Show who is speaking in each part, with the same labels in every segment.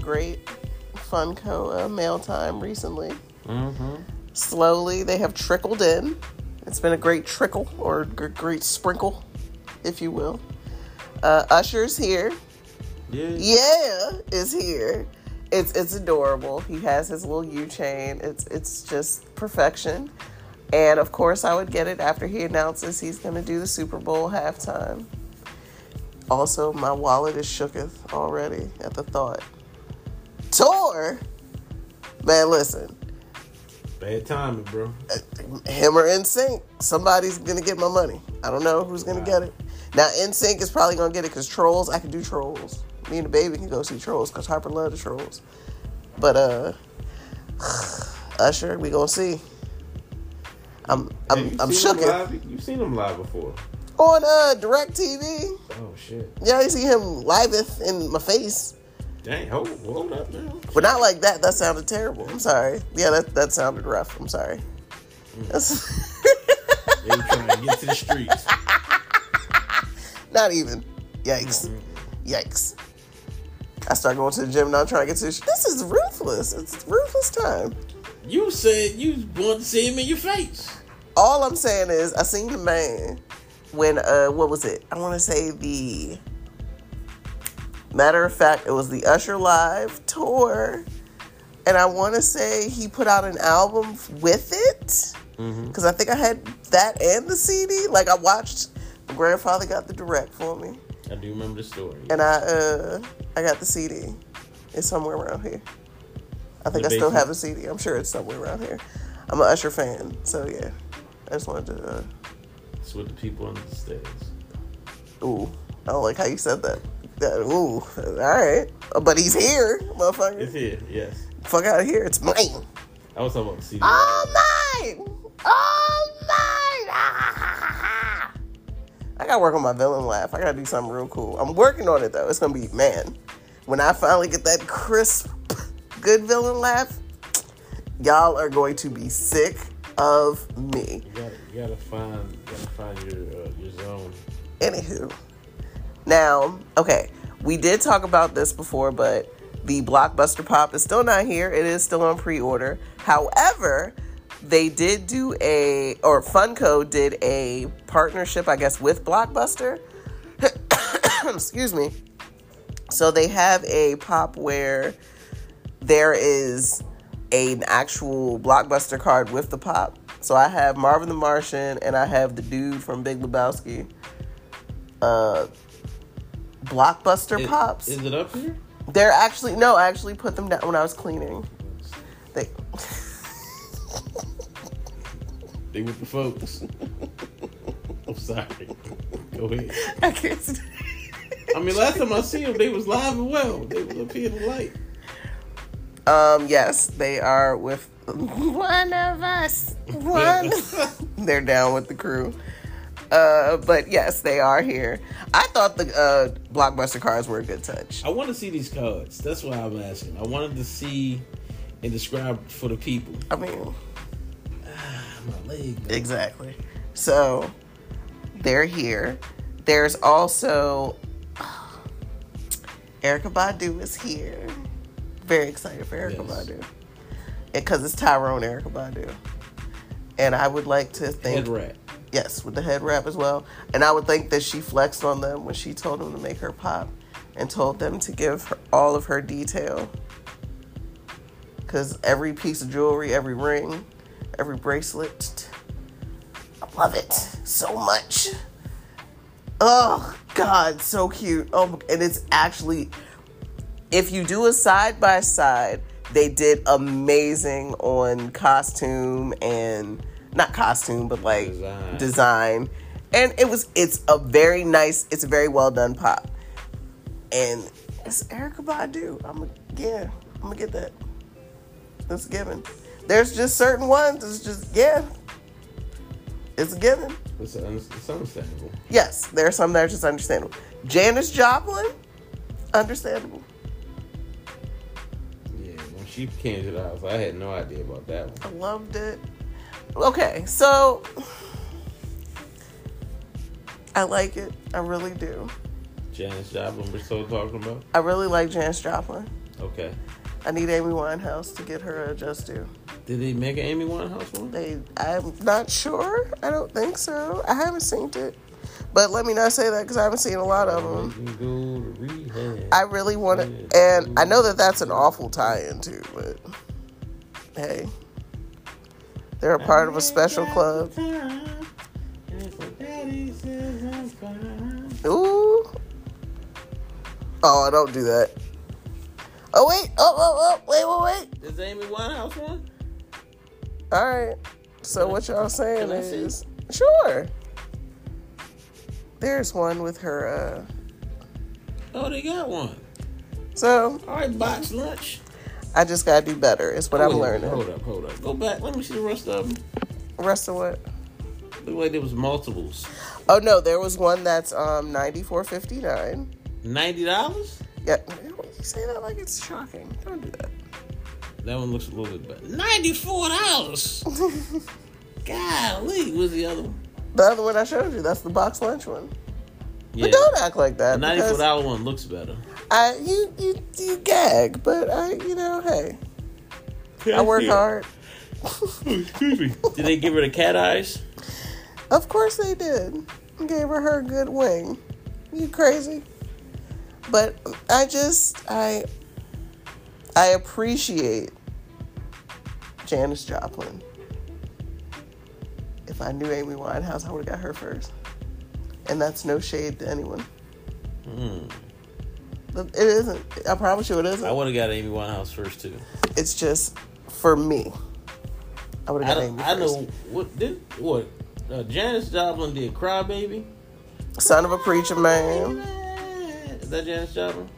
Speaker 1: great Funko uh, mail time recently.
Speaker 2: Mm-hmm.
Speaker 1: Slowly, they have trickled in. It's been a great trickle or a g- great sprinkle, if you will. Uh, Usher's here.
Speaker 2: Yeah.
Speaker 1: Yeah, is here. It's it's adorable. He has his little U chain. It's it's just perfection. And of course, I would get it after he announces he's going to do the Super Bowl halftime. Also, my wallet is shooketh already at the thought. Tour, man, listen,
Speaker 2: Bad timing, bro.
Speaker 1: him or NSYNC, somebody's gonna get my money. I don't know who's gonna get it. Now NSYNC is probably gonna get it because trolls. I can do trolls. Me and the baby can go see trolls because Harper love the trolls. But uh, Usher, we gonna see. I'm
Speaker 2: Have you
Speaker 1: I'm I'm
Speaker 2: seen
Speaker 1: shook
Speaker 2: him
Speaker 1: it
Speaker 2: live? You've seen him live before.
Speaker 1: on uh Direct TV.
Speaker 2: Oh shit.
Speaker 1: Yeah, you see him liveth in my face.
Speaker 2: Dang. Hold, hold up now.
Speaker 1: But not like that. That sounded terrible. I'm sorry. Yeah, that that sounded rough. I'm sorry.
Speaker 2: Mm.
Speaker 1: That's
Speaker 2: They were trying to get to the streets.
Speaker 1: not even. Yikes. Yikes. I start going to the gym now trying to get to this. This is ruthless. It's ruthless time.
Speaker 2: You said you want to see him in your face.
Speaker 1: All I'm saying is I seen the man when uh what was it? I wanna say the matter of fact, it was the Usher Live tour. And I wanna say he put out an album with it. Cause I think I had that and the CD. Like I watched my grandfather got the direct for me.
Speaker 2: I do remember the story.
Speaker 1: and I uh I got the CD. It's somewhere around here. I think I
Speaker 2: The
Speaker 1: still
Speaker 2: basement.
Speaker 1: have a CD. I'm sure it's somewhere around here. I'm an Usher fan, so yeah. I just wanted to. Uh,
Speaker 2: It's what the people understands.
Speaker 1: ooh, I don't like how you said that. That- ooh, all right. But he's here,
Speaker 2: It's
Speaker 1: motherfucker.
Speaker 2: here. Yes.
Speaker 1: Fuck out of here. It's mine.
Speaker 2: I was talking about the CD.
Speaker 1: All mine. All mine. Ah, ha, ha, ha, ha. I gotta work on my villain laugh. I gotta do something real cool. I'm working on it though. It's gonna be man. When I finally get that crisp, good villain laugh, y'all are going to be sick of me.
Speaker 2: You gotta, you gotta find, you gotta find your uh, your zone.
Speaker 1: Anywho, now, okay, we did talk about this before, but the Blockbuster Pop is still not here. It is still on pre order. However, they did do a, or Funko did a partnership, I guess, with Blockbuster. Excuse me. So they have a pop where there is an actual blockbuster card with the pop. So I have Marvin the Martian and I have the dude from Big Lebowski. Uh, blockbuster
Speaker 2: It-
Speaker 1: pops.
Speaker 2: Is it up here?
Speaker 1: They're actually no, I actually put them down when I was cleaning. They
Speaker 2: They with the folks. I'm sorry. Go ahead.
Speaker 1: I can't st-
Speaker 2: I mean, last time I see them, they was live and well. They was up here in the light.
Speaker 1: Um yes, they are with one of us. One They're down with the crew. Uh but yes, they are here. I thought the uh blockbuster cards were a good touch.
Speaker 2: I want to see these cards. That's why I'm asking. I wanted to see and describe for the people.
Speaker 1: I mean,
Speaker 2: Ah, My leg. man.
Speaker 1: exactly. So they're here. There's also Erica Badu is here. Very excited for Erica
Speaker 2: Yes.
Speaker 1: Badu. Because it's Tyrone Erica Badu. And I would like to
Speaker 2: Head
Speaker 1: thank
Speaker 2: rat.
Speaker 1: Yes, with the head wrap as well. And I would think that she flexed on them when she told them to make her pop and told them to give her all of her detail. Because every piece of jewelry, every ring, every bracelet, I love it so much. Oh, God, so cute. Oh, my- and it's actually, if you do a side by side, they did amazing on costume and not costume, but like
Speaker 2: Design.
Speaker 1: design. And it was, it's a very nice, it's a very well done pop. And it's Erica Badu. I'm a, yeah, I'm gonna get that. It's a given. There's just certain ones. It's just yeah. It's a given.
Speaker 2: It's, un- it's understandable.
Speaker 1: Yes, there are some that are just understandable. Janice Joplin, understandable.
Speaker 2: Yeah, when she came to the house, I had no idea about that one.
Speaker 1: I loved it. Okay, so I like it. I really do.
Speaker 2: Janis Joplin we're still talking about?
Speaker 1: I really like Janis Joplin.
Speaker 2: Okay.
Speaker 1: I need Amy Winehouse to get her a just due.
Speaker 2: Did they make an Amy Winehouse one?
Speaker 1: They, I'm not sure. I don't think so. I haven't seen it, but let me not say that because I haven't seen a lot of them.
Speaker 2: You go to rehab.
Speaker 1: I really want to, and I know that that's an awful tie-in too, but hey, they're a part of a special club. Ooh. Oh, don't do that. Oh wait. Oh oh oh. Wait wait wait.
Speaker 2: Is Amy Winehouse one?
Speaker 1: All right. So what y'all saying
Speaker 2: Can I see?
Speaker 1: is sure. There's one with her. uh
Speaker 2: Oh, they got one.
Speaker 1: So
Speaker 2: All right, box lunch.
Speaker 1: I just gotta do better. Is what I'm
Speaker 2: Wait,
Speaker 1: learning.
Speaker 2: Hold up, hold up. Go back. Let me see the rest of them.
Speaker 1: Rest of what?
Speaker 2: Look like there was multiples.
Speaker 1: Oh no, there was one that's um ninety four fifty nine.
Speaker 2: Ninety dollars.
Speaker 1: Yeah. You say that like it's shocking. Don't do that.
Speaker 2: That one looks a little bit better. Ninety-four dollars. Golly, what's the other one?
Speaker 1: The other one I showed you. That's the box lunch one.
Speaker 2: Yeah,
Speaker 1: But don't act like that.
Speaker 2: the ninety-four
Speaker 1: because-
Speaker 2: dollar one looks better.
Speaker 1: I you you you gag, but I you know hey, I work hard.
Speaker 2: Excuse me. Did they give her the cat eyes?
Speaker 1: Of course they did. Gave her her good wing. You crazy? But I just I I appreciate Janis Joplin. If I knew Amy Winehouse, I would have got her first. And that's no shade to anyone.
Speaker 2: Hmm.
Speaker 1: It isn't. I promise you, it
Speaker 2: I
Speaker 1: isn't.
Speaker 2: would have got Amy Winehouse first too.
Speaker 1: It's just for me. I would
Speaker 2: I,
Speaker 1: have got Amy
Speaker 2: don't,
Speaker 1: first.
Speaker 2: I know what did what uh, Janis Joplin did. Crybaby.
Speaker 1: Son of a preacher man.
Speaker 2: Is that Janis Joplin?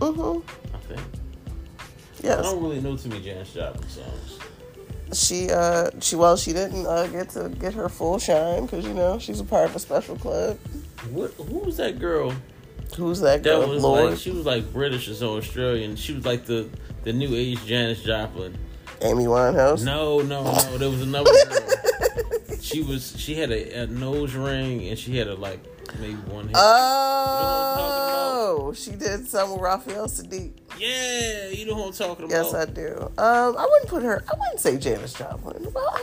Speaker 1: hmm
Speaker 2: I think. I
Speaker 1: Yes.
Speaker 2: don't really know too many Janis Joplin songs.
Speaker 1: She uh she well she didn't uh, get to get her full shine because you know she's a part of a special club.
Speaker 2: What? Who was that girl?
Speaker 1: Who's that
Speaker 2: That
Speaker 1: girl?
Speaker 2: was
Speaker 1: Lord
Speaker 2: like she was like British or so Australian. She was like the the new age Janis Joplin.
Speaker 1: Amy Winehouse.
Speaker 2: No, no, no. There was another girl. she was she had a, a nose ring and she had a like maybe one
Speaker 1: Uh,
Speaker 2: hit.
Speaker 1: Oh, she did some with Raphael Sadiq.
Speaker 2: yeah, you know who I'm talking about.
Speaker 1: Yes, I do. Um, I wouldn't put her. I wouldn't say Janis Joplin. Well, I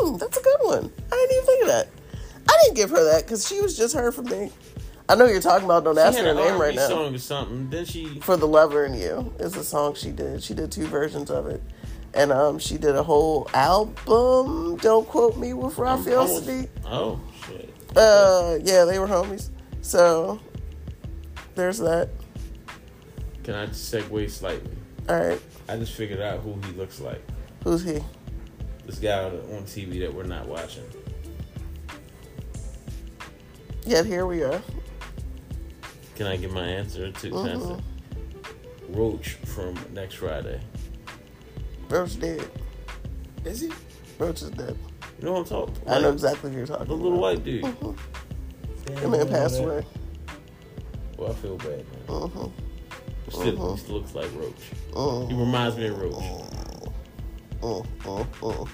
Speaker 1: mean, mm, that's a good one. I didn't even think of that. I didn't give her that because she was just her for me. I know what you're talking about. Don't ask
Speaker 2: she
Speaker 1: her
Speaker 2: had an
Speaker 1: name right
Speaker 2: R&B
Speaker 1: now.
Speaker 2: song or something. Then she
Speaker 1: for the lover in you is a song she did she did two versions of it and um she did a whole album don't quote me with raphael
Speaker 2: almost-
Speaker 1: sadiq
Speaker 2: Oh shit.
Speaker 1: uh yeah they were homies so there's that
Speaker 2: Can I segue slightly?
Speaker 1: all right
Speaker 2: I just figured out who he looks like.
Speaker 1: who's he
Speaker 2: This guy on on TV that we're not watching.
Speaker 1: yet here we are
Speaker 2: Can I get my answer too? Can I
Speaker 1: Mhm.
Speaker 2: say- Roach from next Friday.
Speaker 1: roach dead
Speaker 2: Is he? You
Speaker 1: roach is dead
Speaker 2: know what I'm talking about?
Speaker 1: i know exactly who you're talking
Speaker 2: The little
Speaker 1: about
Speaker 2: white dude.
Speaker 1: Mhm. that man passed away
Speaker 2: Well, I feel bad, man.
Speaker 1: hmm
Speaker 2: Still,
Speaker 1: Mhm.
Speaker 2: he still looks like Roach. He
Speaker 1: mm
Speaker 2: reminds me of Roach.
Speaker 1: mm mm mm mm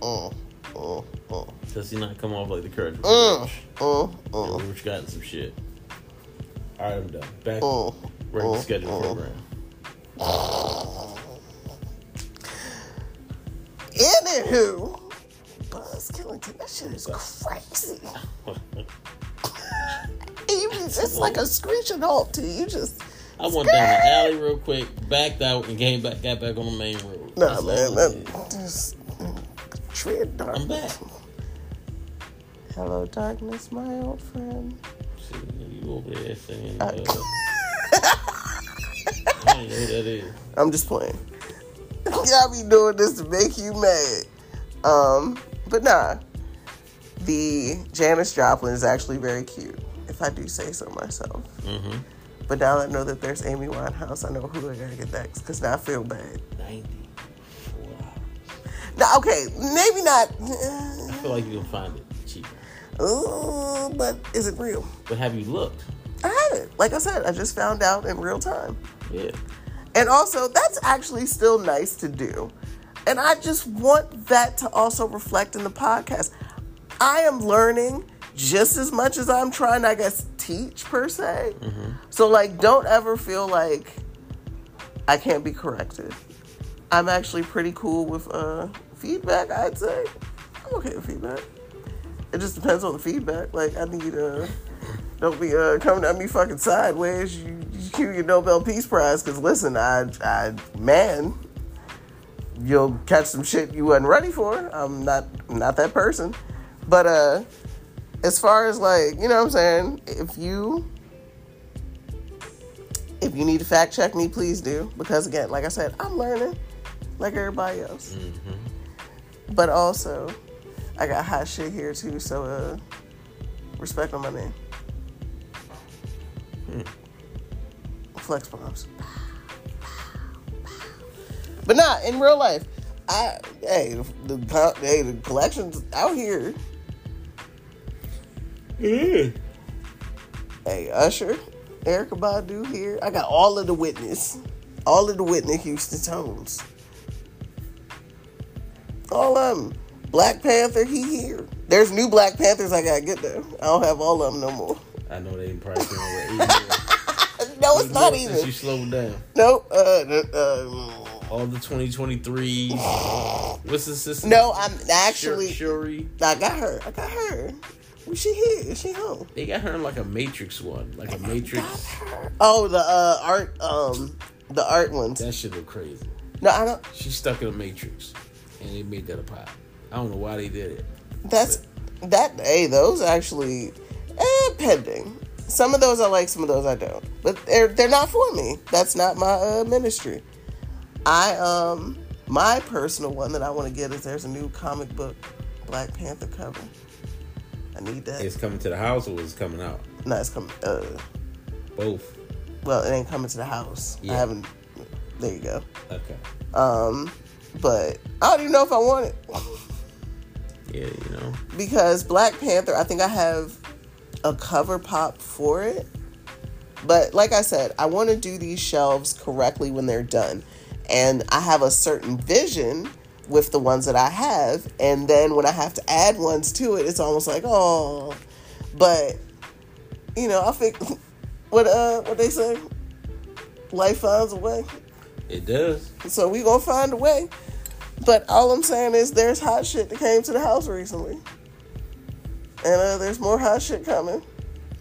Speaker 1: mm mm mm
Speaker 2: Does he not come off like the courage of
Speaker 1: Mm.
Speaker 2: Roach?
Speaker 1: mm
Speaker 2: And
Speaker 1: mm
Speaker 2: Roach got in some shit. Alright, I'm done. Back
Speaker 1: mm
Speaker 2: right
Speaker 1: mm,
Speaker 2: to schedule
Speaker 1: mm.
Speaker 2: program.
Speaker 1: Anywho, Buzz Killington, that shit is crazy. You just- it's like a screeching halt to you. You Just
Speaker 2: I went down the alley real quick, backed out, and came back, got back on the main road.
Speaker 1: nah,
Speaker 2: That's
Speaker 1: man,
Speaker 2: all I did.
Speaker 1: that just mm, tread dark.
Speaker 2: I'm back.
Speaker 1: Hello, darkness, my old friend.
Speaker 2: See, you over there saying,
Speaker 1: I-
Speaker 2: uh, I don't know who that is.
Speaker 1: I'm just playing. Y'all be doing this to make you mad. Um, but nah. The Janice Joplin is actually very cute, if I do say so myself.
Speaker 2: Mm-hmm.
Speaker 1: But now that I know that there's Amy Winehouse, I know who I gotta get next. Cause now I feel bad.
Speaker 2: 94
Speaker 1: Now, okay, maybe not.
Speaker 2: I feel like you can find it cheaper.
Speaker 1: Uh, but is it real?
Speaker 2: But have you looked?
Speaker 1: I haven't. Like I said, I just found out in real time.
Speaker 2: Yeah.
Speaker 1: And also, that's actually still nice to do. And I just want that to also reflect in the podcast. I am learning just as much as I'm trying, I guess, teach per se. So like, don't ever feel like I can't be corrected. I'm actually pretty cool with uh, feedback. I'd say I'm okay with feedback. It just depends on the feedback. Like I need uh, don't be uh coming at me fucking sideways. You you cue your Nobel Peace Prize because listen, I I man, you'll catch some shit you wasn't ready for. I'm not I'm not that person, but uh, as far as like you know what I'm saying, if you if you need to fact check me, please do. Because again, like I said, I'm learning like everybody else. But also, I got hot shit here too, so uh, respect on my name. Flex bombs. But not in real life. I hey the, the co- hey the collections out here. Hey, Usher, Erica Badu here. I got all of the witness. All of the witness Houston Tones. All of them. Black Panther, he here. There's new Black Panthers I gotta get there. I don't have all of them no more.
Speaker 2: I know they probably came over eight years.
Speaker 1: No, it's not
Speaker 2: Since
Speaker 1: even.
Speaker 2: You slowed down.
Speaker 1: Nope. Uh, uh, um,
Speaker 2: All the 2023. What's the system?
Speaker 1: no, I'm
Speaker 2: Shuri,
Speaker 1: actually.
Speaker 2: Shuri.
Speaker 1: I got her. I got her. Well, she here. She home.
Speaker 2: They got her in like a Matrix one, like a Matrix.
Speaker 1: Oh, the uh, art. Um, the art ones.
Speaker 2: That shit look crazy.
Speaker 1: No, I don't.
Speaker 2: She's stuck in a Matrix, and they made that a pop. I don't know why they did it.
Speaker 1: That's that. Hey, those actually eh, pending. Some of those I like, some of those I don't. But they're they're not for me. That's not my uh, ministry. I um my personal one that I want to get is there's a new comic book Black Panther cover. I need that.
Speaker 2: It's coming to the house or it's coming out?
Speaker 1: no, it's coming. Uh,
Speaker 2: Both.
Speaker 1: well, it ain't coming to the house. I
Speaker 2: Yeah.
Speaker 1: haven't. There you go.
Speaker 2: Okay.
Speaker 1: Um, but I don't even know if I want it
Speaker 2: Yeah, you know.
Speaker 1: because Black Panther. I think I have a cover pop for it. But like I said, I want to do these shelves correctly when they're done. And I have a certain vision with the ones that I have. And then when I have to add ones to it, it's almost like, oh. But, you know, I think what uh what they say? Life finds a way.
Speaker 2: It does.
Speaker 1: So we gonna find a way. But all I'm saying is there's hot shit that came to the house recently. And uh, there's more hot shit coming.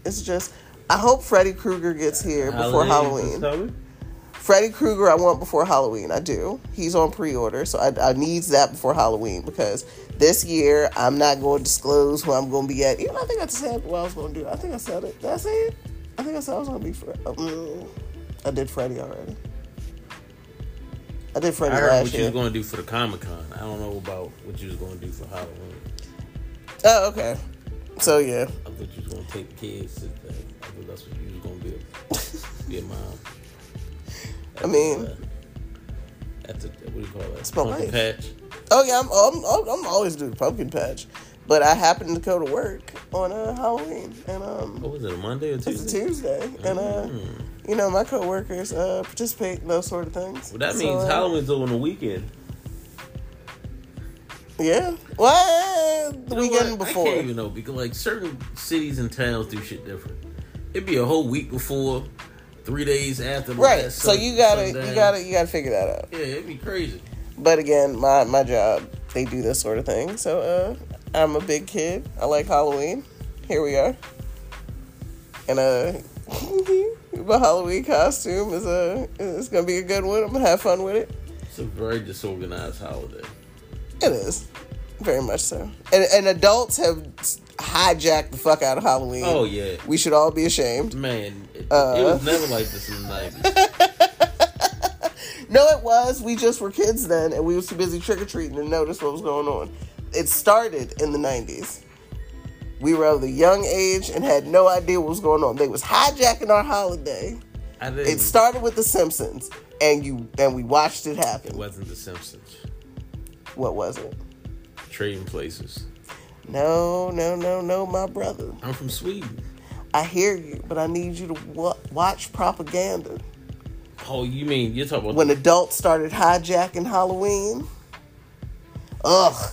Speaker 1: It's just I hope Freddy Krueger gets here before
Speaker 2: Holidays is
Speaker 1: Halloween.
Speaker 2: coming?
Speaker 1: Freddy Krueger I want before Halloween. I do. He's on pre-order, so I, I needs that before Halloween because this year I'm not going to disclose who I'm going to be at. Even I think I said what I was going to do. I think I said it. Did I say it? I think I said I was going to be. Fre- mm, I did Freddy already. I did Freddy
Speaker 2: I heard
Speaker 1: last
Speaker 2: what you
Speaker 1: year.
Speaker 2: was going to do for the Comic Con. I don't know about what you was going to do for Halloween.
Speaker 1: Oh, okay. So yeah,
Speaker 2: I thought you was going to take the kids. To the, I thought that's what you was going to do. Be a mom. At the,
Speaker 1: mean-
Speaker 2: uh, at the what do you call that?
Speaker 1: my
Speaker 2: Pumpkin
Speaker 1: life.
Speaker 2: patch.
Speaker 1: oh yeah, I'm I'm, I'm, I'm always doing pumpkin patch, but I happened to go to work on uh, Halloween and um
Speaker 2: What was it? A Monday or
Speaker 1: it's a
Speaker 2: Tuesday?
Speaker 1: Tuesday and uh you know my coworkers uh participate in those sort of things.
Speaker 2: Well, that
Speaker 1: So,
Speaker 2: means
Speaker 1: uh,
Speaker 2: Halloween's over the weekend.
Speaker 1: Yeah, what the
Speaker 2: You know
Speaker 1: weekend
Speaker 2: what? I
Speaker 1: before?
Speaker 2: can't even know because like certain cities and towns do shit different. It'd be a whole week before, three days after. the
Speaker 1: Right.
Speaker 2: last
Speaker 1: So
Speaker 2: sun-
Speaker 1: you gotta
Speaker 2: sundown.
Speaker 1: you gotta you gotta figure that out.
Speaker 2: Yeah, it'd be crazy.
Speaker 1: But again, my my job they do this sort of thing. So uh I'm a big kid. I like Halloween. Here we are. And uh my Halloween costume is a it's gonna be a good one. I'm gonna have fun with it.
Speaker 2: It's a very disorganized holiday.
Speaker 1: It is. Very much so. And and adults have hijacked the fuck out of Halloween.
Speaker 2: Oh yeah,
Speaker 1: We should all be ashamed.
Speaker 2: man. It, it
Speaker 1: Uh.
Speaker 2: was never like this in the nineties.
Speaker 1: No, it was. We just were kids then, and we was too busy trick or treating to notice what was going on. It started in the '90s. We were of the young age and had no idea what was going on. They was hijacking our holiday.
Speaker 2: I didn't.
Speaker 1: It started with The Simpsons, and you and we watched it
Speaker 2: it
Speaker 1: happen.
Speaker 2: wasn't The Simpsons.
Speaker 1: What was it?
Speaker 2: Trading places.
Speaker 1: No, no, no, no, my brother.
Speaker 2: I'm from Sweden.
Speaker 1: I hear you, but I need you to wa- watch propaganda.
Speaker 2: Oh, you mean you're talking about
Speaker 1: when adults started hijacking Halloween. Ugh,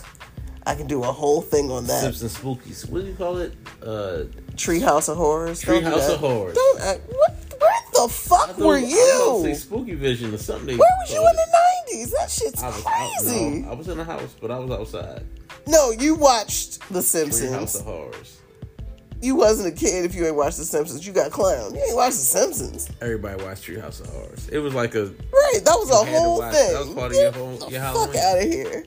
Speaker 1: I can do a whole thing on that.
Speaker 2: Simpson Spookies. What do you call it? Uh,
Speaker 1: Treehouse of Horrors. Don't do
Speaker 2: Treehouse
Speaker 1: that.
Speaker 2: of Horrors.
Speaker 1: Don't act. What? Where the
Speaker 2: I
Speaker 1: fuck
Speaker 2: thought-
Speaker 1: were
Speaker 2: I was gonna
Speaker 1: you?
Speaker 2: say Spooky Vision or something.
Speaker 1: Where was you in the nineties? That shit's
Speaker 2: I was out- no,
Speaker 1: crazy.
Speaker 2: I was in the house, but I was outside.
Speaker 1: No, you watched The
Speaker 2: Treehouse
Speaker 1: Simpsons.
Speaker 2: of Horrors.
Speaker 1: You wasn't a kid if you ain't watched The Simpsons. You got clown. You ain't watched The Simpsons.
Speaker 2: Everybody watched Treehouse of Horrors. It was like a
Speaker 1: Right, that was a
Speaker 2: You had to
Speaker 1: whole
Speaker 2: watch-
Speaker 1: thing.
Speaker 2: that was part of your
Speaker 1: Get
Speaker 2: whole-
Speaker 1: the
Speaker 2: your
Speaker 1: fuck
Speaker 2: Halloween.
Speaker 1: out of here.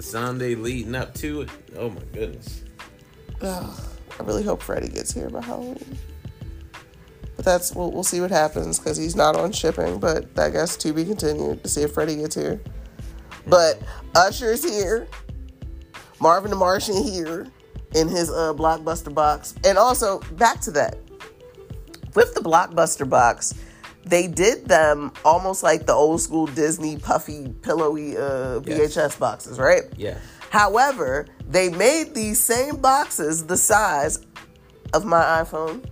Speaker 2: Sunday leading up to it. Oh my goodness.
Speaker 1: Ugh, I really hope Freddie gets here by Halloween. But that's we'll, we'll see what happens because he's not on shipping. But I guess to be continued to see if Freddie gets here. But Usher's here, Marvin the Martian here in his uh, blockbuster box, and also back to that with the blockbuster box. They did them almost like the old school Disney puffy, pillowy uh,
Speaker 2: Yes.
Speaker 1: VHS boxes, right?
Speaker 2: Yeah.
Speaker 1: However, they made these same boxes the size of my iPhone,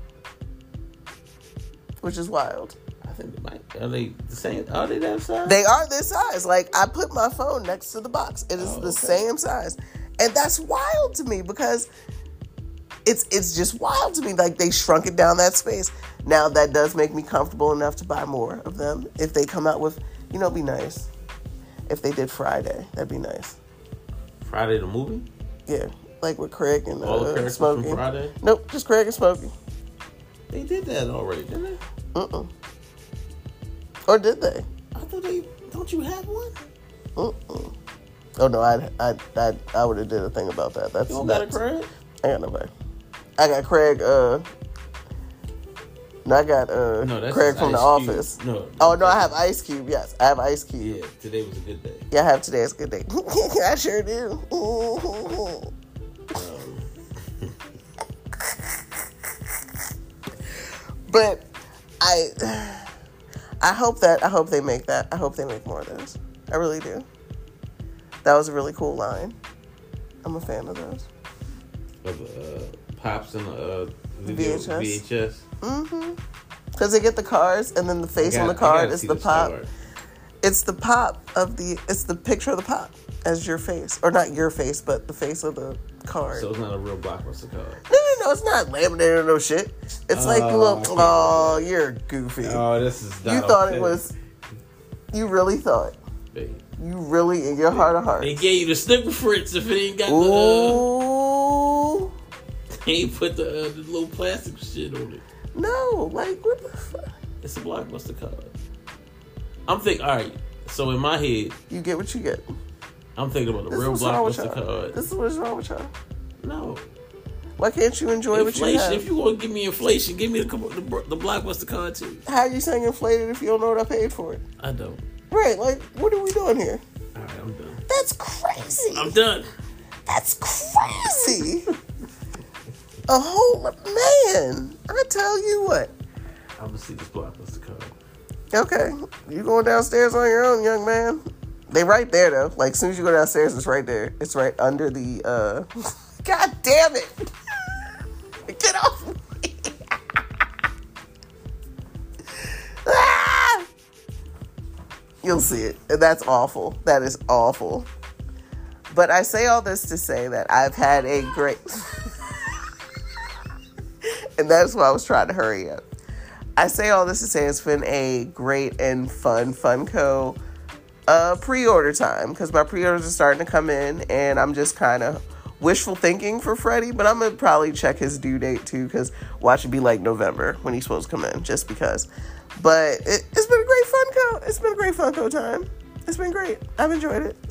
Speaker 1: which is wild.
Speaker 2: I think they might. Are they the same? Are they that size?
Speaker 1: They are this size. Like I put my phone next to the box. It is
Speaker 2: Oh,
Speaker 1: the
Speaker 2: okay.
Speaker 1: same size. And that's wild to me because it's it's just wild to me like they shrunk it down that space. Now that does make me comfortable enough to buy more of them if they come out with, you know, it'd be nice. If they did Friday, that'd be nice.
Speaker 2: Friday the movie?
Speaker 1: Yeah, like with Craig and
Speaker 2: All the
Speaker 1: uh,
Speaker 2: characters from
Speaker 1: Smokey.
Speaker 2: Friday?
Speaker 1: Nope, just Craig and Smokey.
Speaker 2: They did that already, didn't they?
Speaker 1: Mm-mm. Or did they?
Speaker 2: I thought they. Don't you have one?
Speaker 1: Mm-mm. Oh no, I I I, I would have did a thing about that. That's
Speaker 2: You don't
Speaker 1: not-
Speaker 2: got a credit?
Speaker 1: I got nobody. I got Craig. Uh, no, I got uh
Speaker 2: No, that's
Speaker 1: Craig
Speaker 2: just
Speaker 1: from the
Speaker 2: Ice Cube.
Speaker 1: office.
Speaker 2: No.
Speaker 1: Oh no, I have Ice Cube. Yes, I have Ice Cube.
Speaker 2: Yeah, today was a good day.
Speaker 1: Yeah, I have today's good day. I sure do.
Speaker 2: Um,
Speaker 1: but I I hope that I hope they make that. I hope they make more of those. I really do. That was a really cool line. I'm a fan of those.
Speaker 2: of the uh, pops and the uh, video,
Speaker 1: VHS.
Speaker 2: VHS.
Speaker 1: Mm-hmm. Because they get the cards, and then the face
Speaker 2: I
Speaker 1: on the
Speaker 2: gotta- I
Speaker 1: card
Speaker 2: gotta
Speaker 1: is
Speaker 2: see
Speaker 1: the
Speaker 2: this
Speaker 1: pop.
Speaker 2: card.
Speaker 1: It's the pop of the. It's the picture of the pop as your face, or not your face, but the face of the card.
Speaker 2: So it's not a real blockbuster card.
Speaker 1: no, no, no, it's not laminated or no shit. It's like
Speaker 2: Oh,
Speaker 1: the
Speaker 2: I
Speaker 1: little.
Speaker 2: can't-
Speaker 1: Oh, you're goofy.
Speaker 2: Oh, this is.
Speaker 1: you thought it was. You really thought.
Speaker 2: They,
Speaker 1: You really in your heart of
Speaker 2: they
Speaker 1: hearts.
Speaker 2: gave you the snipper fritz if it ain't got the. Uh,
Speaker 1: Ooh.
Speaker 2: they ain't put the, uh, the little plastic shit on it.
Speaker 1: No, like what the fuck?
Speaker 2: It's a blockbuster card. I'm thinking. All right. So in my head,
Speaker 1: You get what you get.
Speaker 2: I'm thinking about the
Speaker 1: This
Speaker 2: real
Speaker 1: is what's wrong with
Speaker 2: blockbuster
Speaker 1: y'all.
Speaker 2: card.
Speaker 1: This is what's wrong with y'all.
Speaker 2: no.
Speaker 1: Why can't you enjoy what you
Speaker 2: Inflation.
Speaker 1: have?
Speaker 2: If you want to give me inflation, give me the com- the, bro- the blockbuster card too.
Speaker 1: How are you saying inflated if you don't know what I paid for it?
Speaker 2: I don't.
Speaker 1: Right, like, what are we doing here?
Speaker 2: All right. I'm done.
Speaker 1: That's crazy.
Speaker 2: I'm done.
Speaker 1: That's crazy. A whole man. I tell you what.
Speaker 2: I'm gonna see this blockbuster card.
Speaker 1: Okay, you going downstairs on your own, young man. They right there though. Like as soon as you go downstairs, it's right there. It's right under the. uh God damn it! Get off me! Ah! You'll see it. And That's awful. That is awful. But I say all this to say that I've had a great. and that's why I was trying to hurry up. I say all this to say it's been a great and fun Funko uh, pre-order time because my pre-orders are starting to come in, and I'm just kind of wishful thinking for Freddie. But I'm gonna probably check his due date too because watch it be like November when he's supposed to come in, just because. But it, it's been a great Funko. It's been a great Funko time. It's been great. I've enjoyed it.